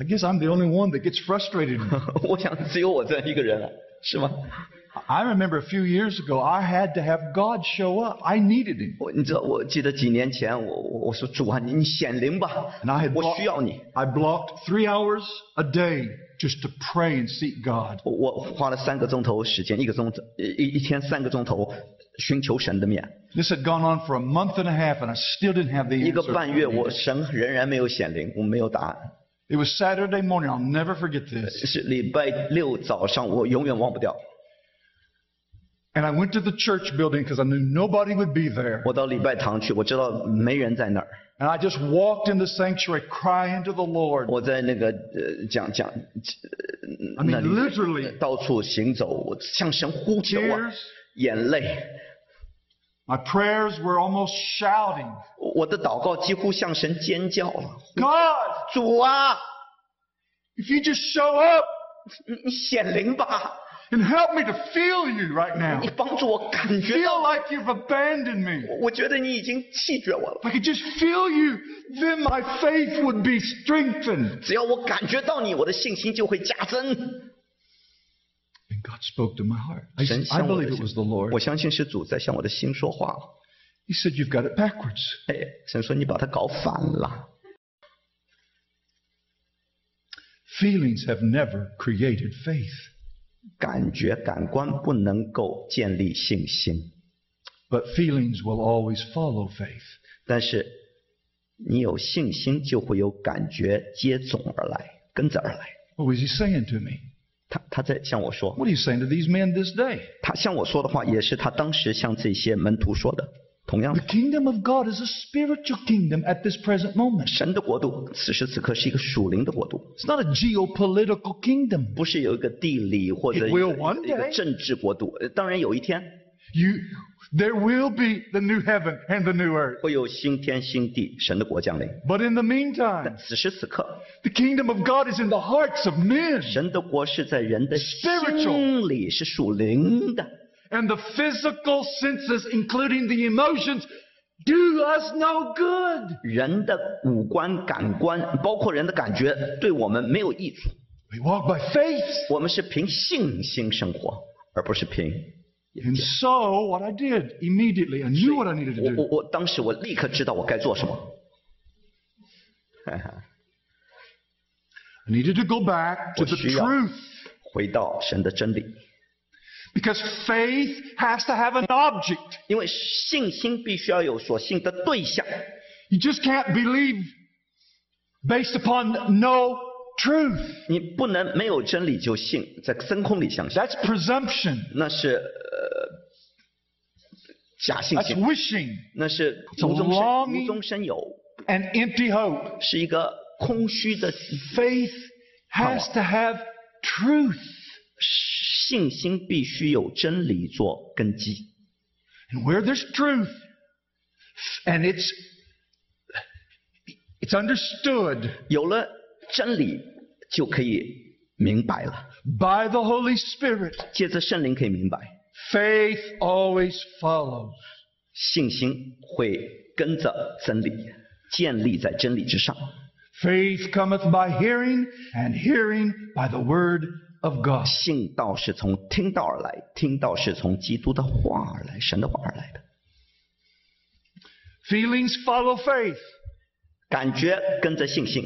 I guess I'm the only one that gets frustrated.
我想只有我这样一个人了。啊是吗？
<laughs> I remember a few years ago, I had to have God show up. I needed Him.
我你知道，我记得几年前，我我我说主啊，你你显灵吧
那还，不
我需要你。
I blocked three hours a day just to pray and seek God.
我我花了三个钟头时间，一个钟头一一天三个钟头寻求神的面，
This had gone on for a month and a half, and I still didn't have the
一个
answer.
半月，我神仍然没有显灵，我没有答案。
It was Saturday morning. I'll never forget this.
是礼拜六早上，我永远忘不掉。
And I went to the church building because I knew nobody would be there.
我到礼拜堂去，我知道没人在那儿。
And I just walked in the sanctuary crying to the Lord.
我在那个呃讲讲，呃
I mean,
那里
literally,
到处行走，我向神呼求啊
tears.，
眼泪，
My prayers were almost shouting,
我的祷告几乎向神尖叫了。
God,
主啊，
if you just show up
你你显灵吧，
and help me to feel you right
<laughs>
now,
你帮助我感觉到
feel like you've abandoned me.
我觉得你已经弃绝我了。
If I could just feel you, then my faith would be strengthened.
只要我感觉到你，我的信心就会加增。
And God spoke to my heart. I,
神
I
向我
believe
的
it
心
was the Lord.
我相信是主在向我的心说话。
He said, You've got it backwards.
哎，神说你把它搞反了。
Feelings have never created faith,
感觉、感官不能够建立信心，
but feelings will always follow faith.
但是你有信心，就会有感觉接踵而来，跟着而来。
What was he saying to me?
他他在向我说，
What are you saying to these men this day?
他向我说的话，也是他当时向这些门徒说的。同样
The
的，
kingdom of God is a spiritual kingdom at this present moment.
神的国度此时此刻是一个属灵的国度，
It's not a geopolitical kingdom.
不是有一个地理或者
It
一个
will one
一个
day.
政治国度。呃当然有一天
You, there will be the new heaven and the new earth.
会有新天新地，神的国降临。
But in the meantime,
此时此刻，
the kingdom of God is in the hearts of men,
神的国是在人的
Spiritual
心里，是属灵的。
and the physical senses, including the emotions, do us no good.
人的五官、感官，包括人的感觉，对我们没有益处。
We walk by faith.
我们是凭信心生活，而不是凭。
And so, what I did immediately, I knew what I needed to
我
do.
我我当时我立刻知道我该做什么。
I needed to go back to the
Well, she-
truth.
回到神的真理，
Because faith has to have an object.
因为信心必须要有所信的对象，
You just can't believe based upon no truth.
你不能没有真理就信，在真空里相信，
That's presumption.
那是呃假信
That's
心，
wishing
那是
a
无中生
longing-
无中生有，
and empty hope.
是一个空虚的
Faith has to have truth.
信心必须有真理做根基。
And where there's truth and it's it's understood
有了真理，就可以明白了。
by the Holy Spirit,
借着圣灵可以明白，
faith always follows.
信心会跟着真理，建立在真理之上。
Faith cometh by hearing, and hearing by the word of God.
信道是从听道而来，听道是从基督的话而来，神的话而来的。
Feelings follow faith.
感觉跟着信心，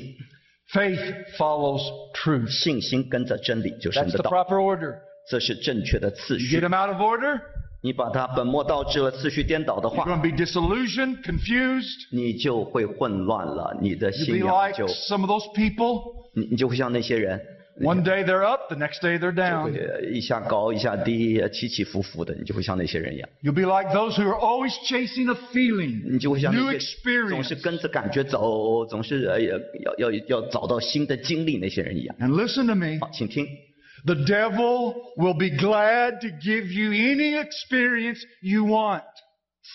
Faith follows truth.
信心跟着真理，就神
That's
的
the
道，
proper order.
这是正确的次
You get
序。
them out of order,
你把它本末倒置了，次序颠倒的
you're
话，
going to be disillusioned, confused.
你就会混乱了，你的
You'll
信
be
仰
like
就
some of those people.
你你就会像那些人，
One day they're up, the next day they're
会
down.
呃一下高一下低，起起伏伏的，你就会像那些人一样，
You'll be like those who are always chasing a feeling,
<laughs> 你就会像
new
那些总
experience.
是跟着感觉走，总是呃要要要要找到新的经历那些人一样。
And listen to me,
好，请听，
the devil will be glad to give you any experience you want.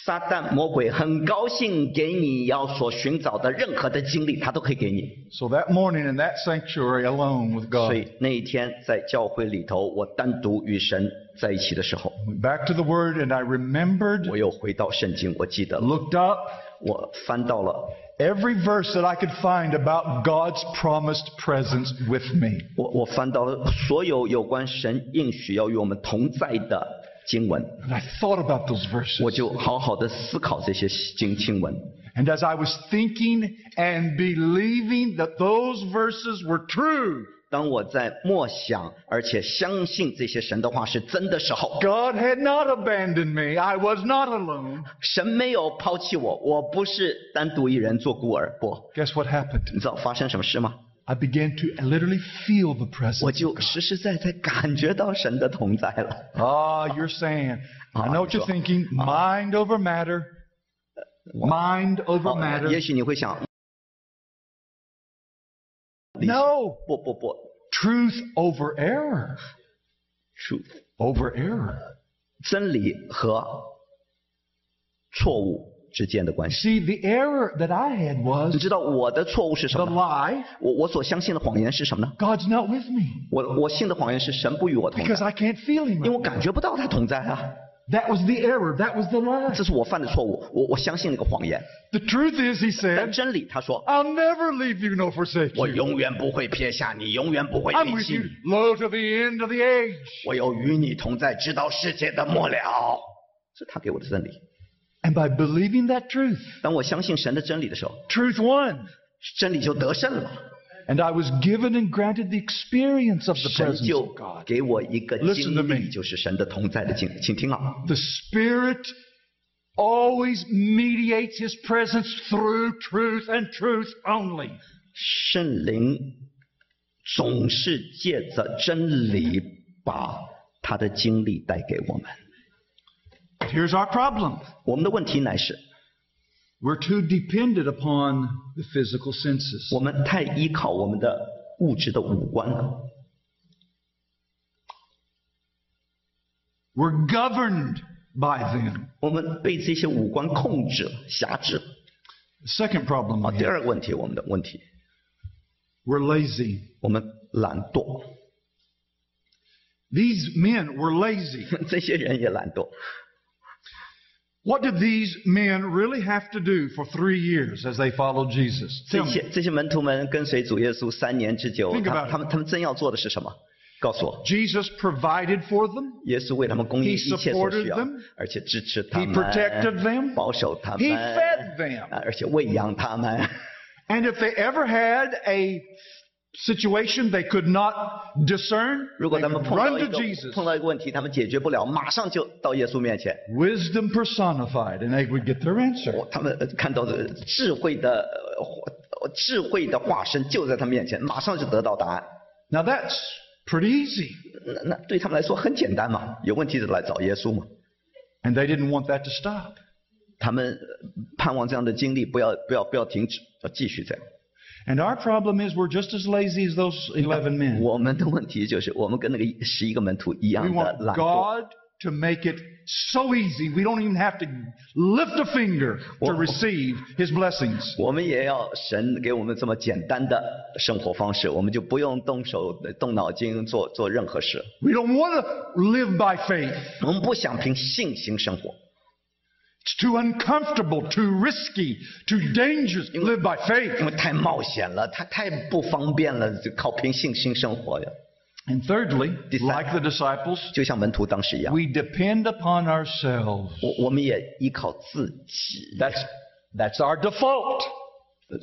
撒旦魔鬼很高兴给你要所寻找的任何的经历，他都可以给你。
So that morning in that sanctuary alone with
所
God,
以那一天在教会里头，我单独与神在一起的时候，
I went back to the Word and I remembered,
我又回到圣经，我记得了，
looked up,
我翻到了
every verse that I could find about God's promised presence with me.
我我翻到了所有有关神应许要与我们同在的经文，
And I thought about those
我
verses.
就好好的思考这些经经文。
And as I was thinking and believing that those verses were true,
当我在默想，而且相信这些神的话是真的时候，
God had not abandoned me. I was not alone.
神没有抛弃我，我不是单独一人做孤儿。不，
Guess what happened?
你知道发生什么事吗？
I began to literally feel the
我
presence.
就实实在在感觉到神的同在了。
Ah, you're saying. I know what you're thinking. Mind over matter. Mind over
好也
matter.
许你会想，
No.
不不不
Truth over error.
，truth，
Over error.
真理和错误之间的关系。
See, the error that I had
你
was
知道我的错误是什
the
么呢？
lie
我我所相信的谎言是什么呢？
God's not with me
我我信的谎言是神不与我同在
because，I can't feel Him.
因为我感觉不到他同在啊，
That was the error. That was the lie.
这是我犯的错误。我我相信那个谎言，
The truth is, He
但
said,
真理他说，
I'll never leave you nor forsake
我
you.
永远不会撇下你，永远不会
I'm
离
with
弃
you,
你，
lo to the end of the age.
我有与你同在，直到世界的末了。是他给我的真理。
And by believing that truth,
当我相信神的真理的时候，
truth won.
真理就得胜了，
And I was given and granted the experience of the
神
presence
就
of God.
给我一个
Listen to
经
me.
历，就是神的同在的经。请听啊，
The Spirit always mediates His presence through truth and truth only.
圣灵总是借着真理把他的经历带给我们。
Here's our problem
我们的问题乃是，
we're too dependent upon the physical senses.
我们太依靠我们的物质的五官了，
We're governed by them.
我们被这些五官控制了、辖制了。
The second problem
啊，
we
第
have,
二个问题，我们的问题，
we're lazy.
我们懒惰， <laughs>
These men were lazy.
这些人也懒惰。
What did these men really have to do for three years as they followed Jesus?
这
Tell me.
些这些门徒们跟随主耶稣三年之久，
Think
他
about it.
他们他们真要做的是什么？告诉我，
Jesus provided for them.
耶稣为他们供应
He
一切所需
supported
要
them.，
而且支持他
He
们
protected them.
保守他
He
们
fed them.
啊而且喂养他们。
And if they ever had a situation they could not discern,
如
they
果
would
他们碰到一
run
个
to Jesus.
碰到一个问题，他们解决不了，马上就到耶稣面前。
Wisdom personified, and they would get their answer.
我他们呃看到的智慧的呃化呃智慧的化身就在他们面前，马上就得到答案。
Now that's pretty easy.
那那对他们来说很简单嘛，有问题就来找耶稣嘛。
And they didn't want that to stop.
他们呃盼望这样的经历不要不要不要停止，要继续这样。
And our problem is we're just as lazy as those 11 men.
我们的问题就是，我们跟那个十一个门徒
We
一样的
want
懒惰。
God to make it so easy we don't even have to lift a finger to
Well-
receive His blessings.
我们也要神给我们这么简单的生活方式，我们就不用动手动脑筋做做任何事。
We don't want to live by faith.
我们不想凭信心生活，
It's too uncomfortable, too risky, too dangerous to live by
因
faith.
为太冒险了，它太不方便了，就靠凭信心生活呀。
And thirdly,
Disci-
like the disciples,
就像门徒当时一样，
we depend upon ourselves.
我我们也依靠自己。
That's
<laughs>
that's our default.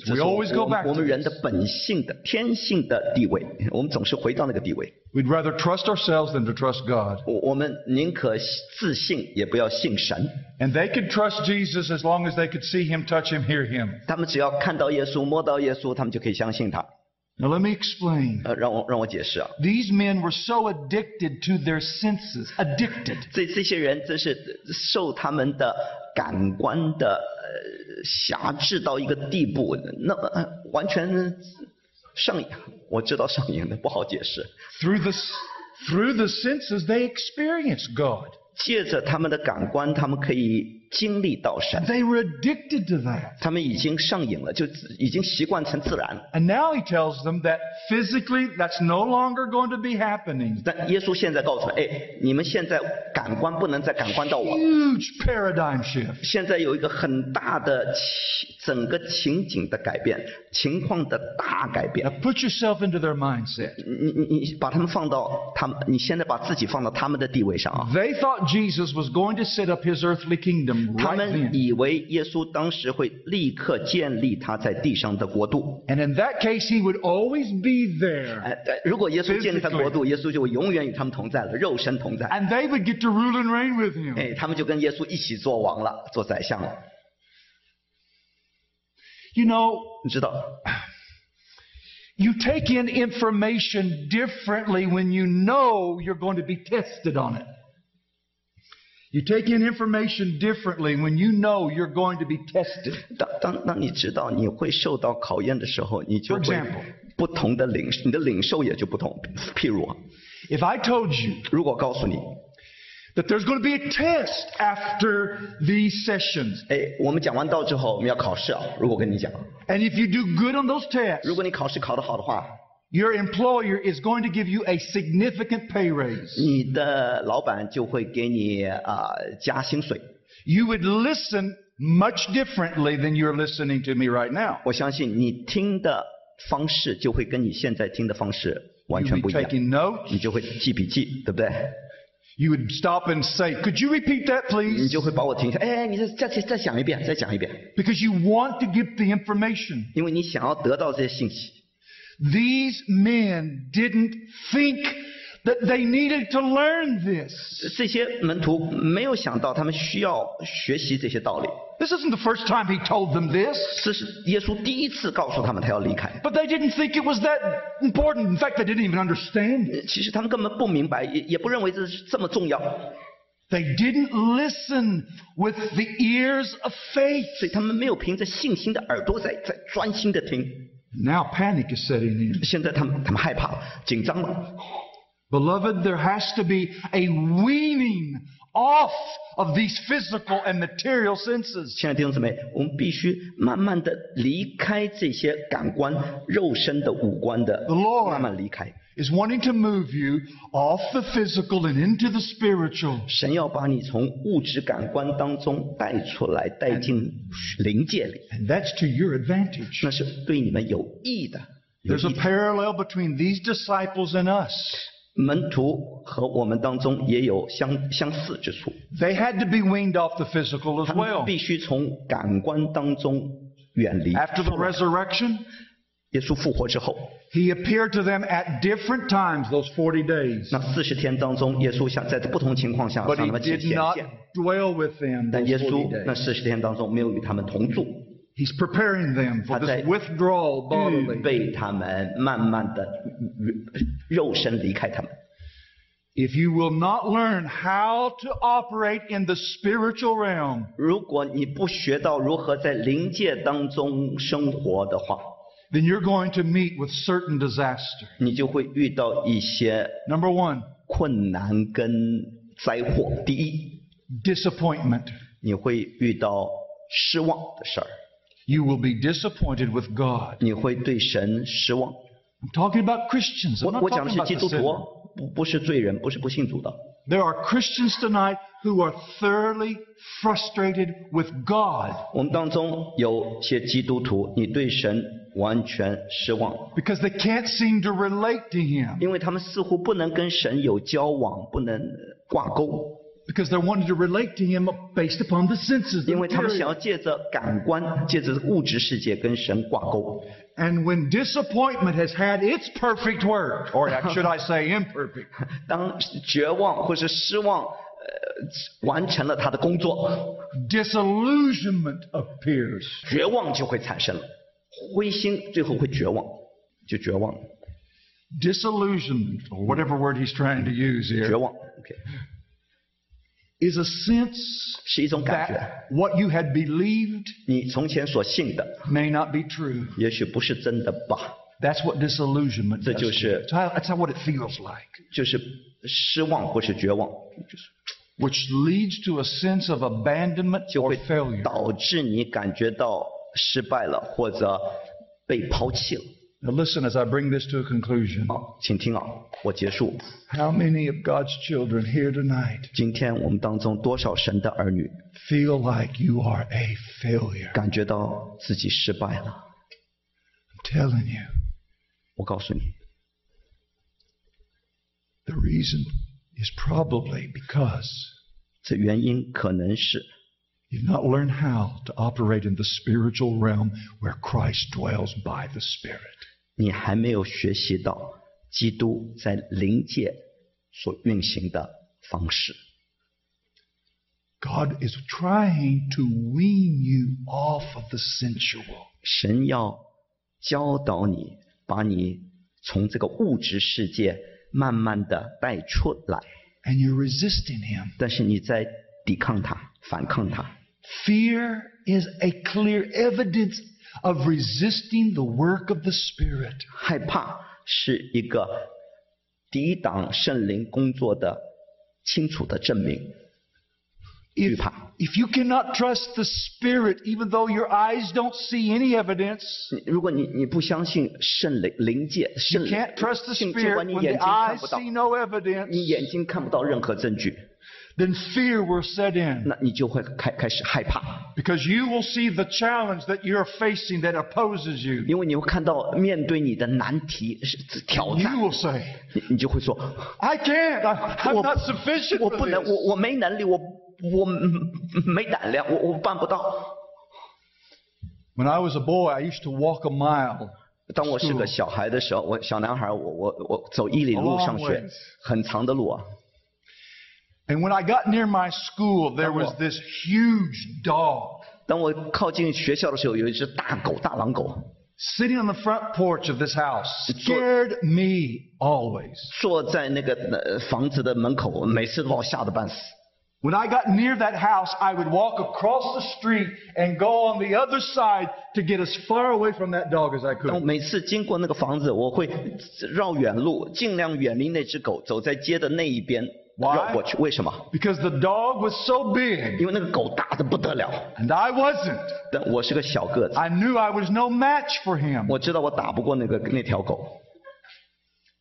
这是
we
我
always go
我们
back to
我们人的本性的天性的地位，我们总是回到那个地位。
We'd rather trust ourselves than to trust God.
我我们宁可自信，也不要信神。
And they could trust Jesus as long as they could see him, touch him, hear him.
他们只要看到耶稣、摸到耶稣，他们就可以相信他。
Now let me explain.
呃，让我让我解释啊，
These men were so addicted to their senses, addicted.
这这些人真是受他们的感官的呃辖制到一个地步，那么、呃完全上瘾。我知道上瘾的不好解释，
Through the, s- through the senses, they experienced God.
借着他们的感官，他们可以经历到神，
They were addicted to that.
他们已经上瘾了，就自已经习惯成自然了。
And now he tells them that physically that's no longer going to be happening.
但耶稣现在告诉他们，哎，你们现在感官不能再感官到我，
Huge paradigm shift.
现在有一个很大的情，整个情景的改变，情况的大改变
Now。put yourself into their mindset.
你你你你把他们放到他们，你现在把自己放到他们的地位上啊。
They thought Jesus was going to set up his earthly kingdom
他
right
们
then.
以为耶稣当时会立刻建立他在地上的国度。
And in that case, he would always be there.
哎，对如果耶稣建立他国度，耶稣就会永远与他们同在了，肉身同在。
And they would get to rule and reign with him.
哎，他们就跟耶稣一起做王了，做宰相了。
You know,
你知道，
you take in information differently when you know you're going to be tested on it. You take in information differently when you know you're going to be tested.
当当当你知道你会受到考验的时候，你就
For
会
example.
不同的领，你的领受也就不同。譬如啊，
If I told you
如果告诉你，
that there's going to be a test after these sessions,
哎，我们讲完道之后我们要考试啊，如果跟你讲，
and if you do good on those tests,
如果你考试考得好的话，
your employer is going to give you a significant pay raise.
你的老板就会给你啊、加薪水。
You would listen much differently than you're listening to me right now.
我相信你听的方式就会跟你现在听的方式完
You
全
would
不
be
一样，
taking notes.
你就会记笔记，对不对？
You would stop and say, Could you repeat that,
你
please?
就会把我停下，哎，你再再再想一遍，再讲一遍，
Because you want to get the information.
因为你想要得到这些信息。
These men didn't think that they needed to learn this.
这些门徒没有想到他们需要学习这些道理，
This isn't the first time he told them this,
这是耶稣第一次告诉他们他要离开。
but they didn't think it was that important. In fact, they didn't even understand it.
其实他们根本不明白，也也不认为这是这么重要，
They didn't listen with the ears of faith.
所以他们没有凭着信心的耳朵在在专心的听。
Now panic is setting in.
现在他们他们害怕了，紧张了。
Beloved, there has to be a weaning off of these physical and material senses.
亲爱的弟兄姊妹，我们必须慢慢的离开这些感官、肉身的五官的
The，Lord
慢慢离开。
is wanting to move you off the physical and into the spiritual.
神要把你从物质感官当中带出来，带进灵界里，
And that's to your advantage.
那是对你们有益的。有
There's
益
a
的
parallel between these disciples and us.
门徒和我们当中也有相相似之处，
They had to be weaned off the physical
他
as
们
well.
必须从感官当中远离。
After the resurrection,
耶稣复活之后，
he appeared to them at different times those 40 days.
那四十天当中，耶稣向在不同情况下
But
向
he
他们显
did
现
not。dwell with them
但
those
耶稣
40
那
days.
四十天当中没有与他们同住，
He's preparing them for this
Até-
withdrawal
预
bodily.
备他们慢慢的肉身离开他们。
If you will not learn how to operate in the spiritual realm,
如果你不学到如何在灵界当中生活的话，
then you're going to meet with certain disaster.
你就会遇到一些
Number one,
困难跟灾祸。第一，
disappointment.
你会遇到失望的事儿，
You will be disappointed with God.
你会对神失望。
I'm talking about Christians.
我
I'm
我
not
讲的
talking about
是基
the
督徒
sinner.
哦，不不是罪人，不是不信主的。
There are Christians tonight who are thoroughly frustrated with God
我们当中有些基督徒，你对神完全失望，
because they can't seem to relate to Him
因为他们似乎不能跟神有交往，不能挂钩，
because they're wanting to relate to Him based upon the senses.
因为他们
material.
想要借着感官，借着物质世界跟神挂钩。
And when disappointment has had its perfect work, or should I say imperfect,
当绝望或是失望，呃，完成了他的工作，
disillusionment appears.
绝望就会产生了，灰心最后会绝望，就绝望，
Disillusionment, or whatever word he's trying to use
绝
here,
望，OK，
is a sense
是一种感觉。
that what you had believed
你从前所信的，
may not be true.
也许不是真的吧。
That's what disillusionment does. to you.
这就是-
That's how- that's how what it feels like.
就是失望或是绝望，就是
which leads to a sense of abandonment
就
or
会
failure.
导致你感觉到失败了或者被抛弃了。
Now, listen as I bring this to a conclusion.
好，请听啊，我结束。
How many of God's children here tonight
今天我们当中多少神的儿女
feel like you are a failure? I'm
感觉到自己失败了？
telling you,
我告诉你，
the reason is probably because
这原因可能是
you've not learned how to operate in the spiritual realm where Christ dwells by the Spirit.
你还没有学习到基督在灵界所运行的方式。
God is trying to wean you off of the sensual.
神要教导你，把你从这个物质世界慢慢的带出来，
and you're resisting him.
但是你在抵抗它、反抗它。
Fear is a clear evidence of resisting the work of the Spirit.
害怕是一个抵挡圣灵工作的清楚的证明。
If,
惧怕。
if you cannot trust the Spirit, even though your eyes don't see any evidence,
你如果你你不相信圣灵灵界，圣
you
灵
can't trust the
尽尽
Spirit
管你
when
眼睛
the eyes
看不到，
see no
你
evidence,
眼睛看不到任何证据，
then fear will set in
那你就会开开始害怕，
because you will see the challenge that you're facing that opposes you.
因为你会看到面对你的难题是是挑
You
战，
will say,
你你就会说，
I can't. I, I'm
Well,
not sufficient
我
for
不能，
this.
我我没能力，我我嗯没胆量，我我办不到。
When I was a boy, I used to walk a mile
当我是个小孩的时候，我小男孩，我我我走一里路
A long
上学
ways，
很长的路啊。
And when I got near my school, there was this huge dog
当我靠近学校的时候，有一只大狗，大狼狗，
sitting on the front porch of this house. Scared me always.
坐在那个呃房子的门口，每次都把我吓得半死。
When I got near that house, I would walk across the street and go on the other side to get as far away from that dog as I
但我
could.
每次经过那个房子，我会绕远路，尽量远离那只狗，走在街的那一边
Why？
绕过去。为什么？
Because the dog was so big
因为那个狗大的不得了，
and I wasn't.
但我是个小个子，
I knew I was no match for him.
我知道我打不过那个那条狗。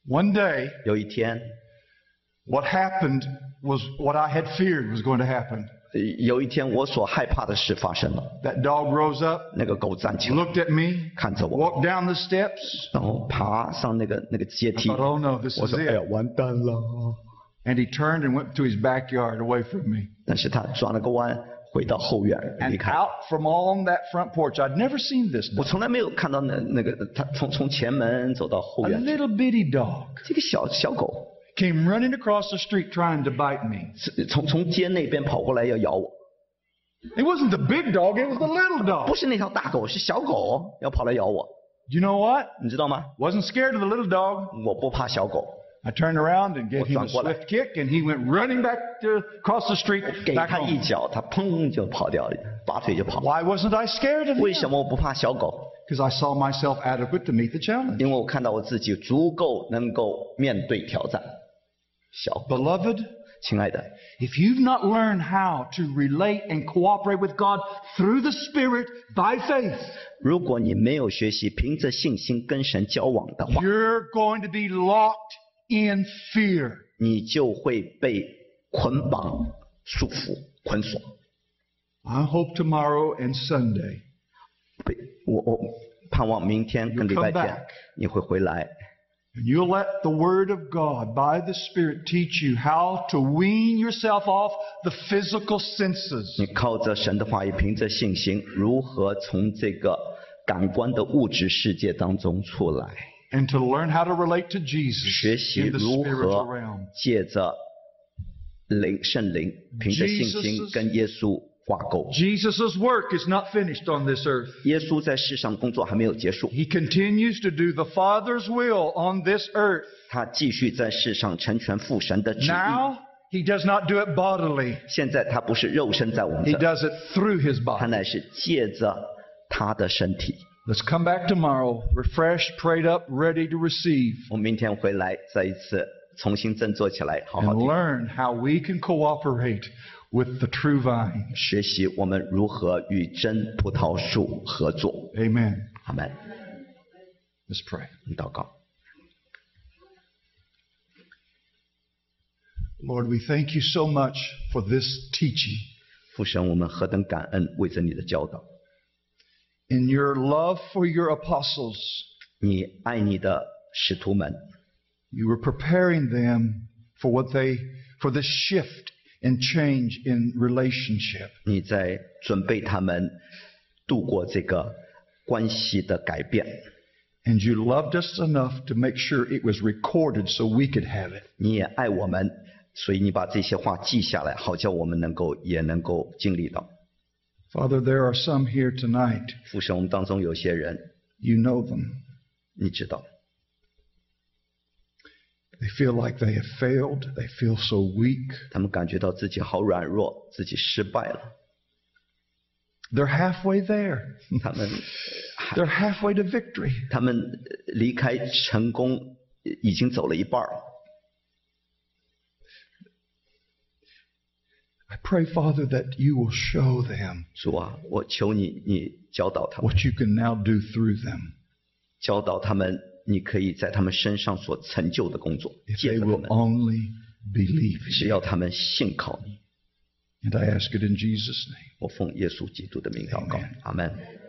One day,
有一天，
what happened was what I had feared was going to happen.
呃有一天我所害怕的事发生了，
That dog rose up,
那个狗站起来
looked at me,
看着我，
walked down the steps,
然后爬上那个那个阶梯
I，thought, oh no, this
我
is
说哎呀
it.
完蛋了。
And he turned and went to his backyard away from me.
但是他转了个弯回到哎后院
And
离开。
out from on that front porch, I'd never seen this
我
dog.
从来没有看到那那个他从从前门走到后
A
院去，
little bitty dog
这个小小狗
came running across the street trying to bite me.
是从从街那边跑过来要咬我，
It wasn't the big dog, it was the little
不
dog.
是那条大狗，是小狗要跑来咬我，
You know what?
你知道吗？
Wasn't scared of the little dog.
我不怕小狗，
I turned around and gave
What's
him a
wrong? What?
swift kick, and he went running back to, across the street
给
back
他一
home.
脚，他砰就跑掉了，拔腿就跑。
Why wasn't I scared of him?
为什么我不怕小狗？
Because I saw myself adequate to meet the challenge.
因为我看到我自己足够能够面对挑战。小狗，
Beloved,
亲爱的，
If you've not learned how to relate and cooperate with God through the Spirit by faith,
如果你没有学习凭着信心跟神交往的话，
you're going to be locked in fear.
你就会被捆绑、束缚、捆锁。
I hope tomorrow and Sunday
被我我盼望明天跟礼拜
come
天
back.
你会回来，
and you'll let the Word of God by the Spirit teach you how to wean yourself off the physical senses.
你靠着神的话语，凭着信心，如何从这个感官的物质世界当中出来，
and to learn how to relate to Jesus
学习
in the
如
spiritual
何
realm.
借着灵圣灵，凭着信
Jesus
心
is-
跟耶稣挂钩。
Jesus' work is not finished on this earth.
耶稣在世上工作还没有结束，
He continues to do the Father's will on this earth.
他继续在世上成全父神的旨意。
Now he does not do it bodily.
现在他不是肉身在我们
He
这里，
does it through his
他
body.
乃是借着他的身体。
Let's come back tomorrow, refreshed, prayed up, ready to receive.
我们明天回来再一次重新振作起来，好好
and
地
learn how we can cooperate with the true vine.
学习我们如何与真葡萄树合作。
Amen.
阿门。
Let's pray.
我们祷告，
Lord, we thank you so much for this teaching.
父神，我们何等感恩，为着你的教导。
In your love for your apostles,
你爱你的使徒们，
you were preparing them for what they for the shift and change in relationship.
你在准备他们度过这个关系的改变。
And you loved us enough to make sure it was recorded so we could have it.
你也爱我们，所以你把这些话记下来，好叫我们能够也能够经历到。
Father, there are some here tonight.
父神，我们当中有些人，
You know them.
你知道，
They feel like they have failed. They feel so weak.
他们感觉到自己好软弱，自己失败了，
They're halfway there. <laughs>
他们
They're halfway to victory.
他们呃离开成功呃已经走了一半儿。
I pray, Father, that you will show them
主啊，我求你，你教导他们，
what you can now do through them
教导他们，你可以在他们身上所成就的工作，
if
借
they
着他
will
们，
only believe.
只要他们信靠你。
And I ask it in Jesus' name.
我奉耶稣基督的名祷告，阿门。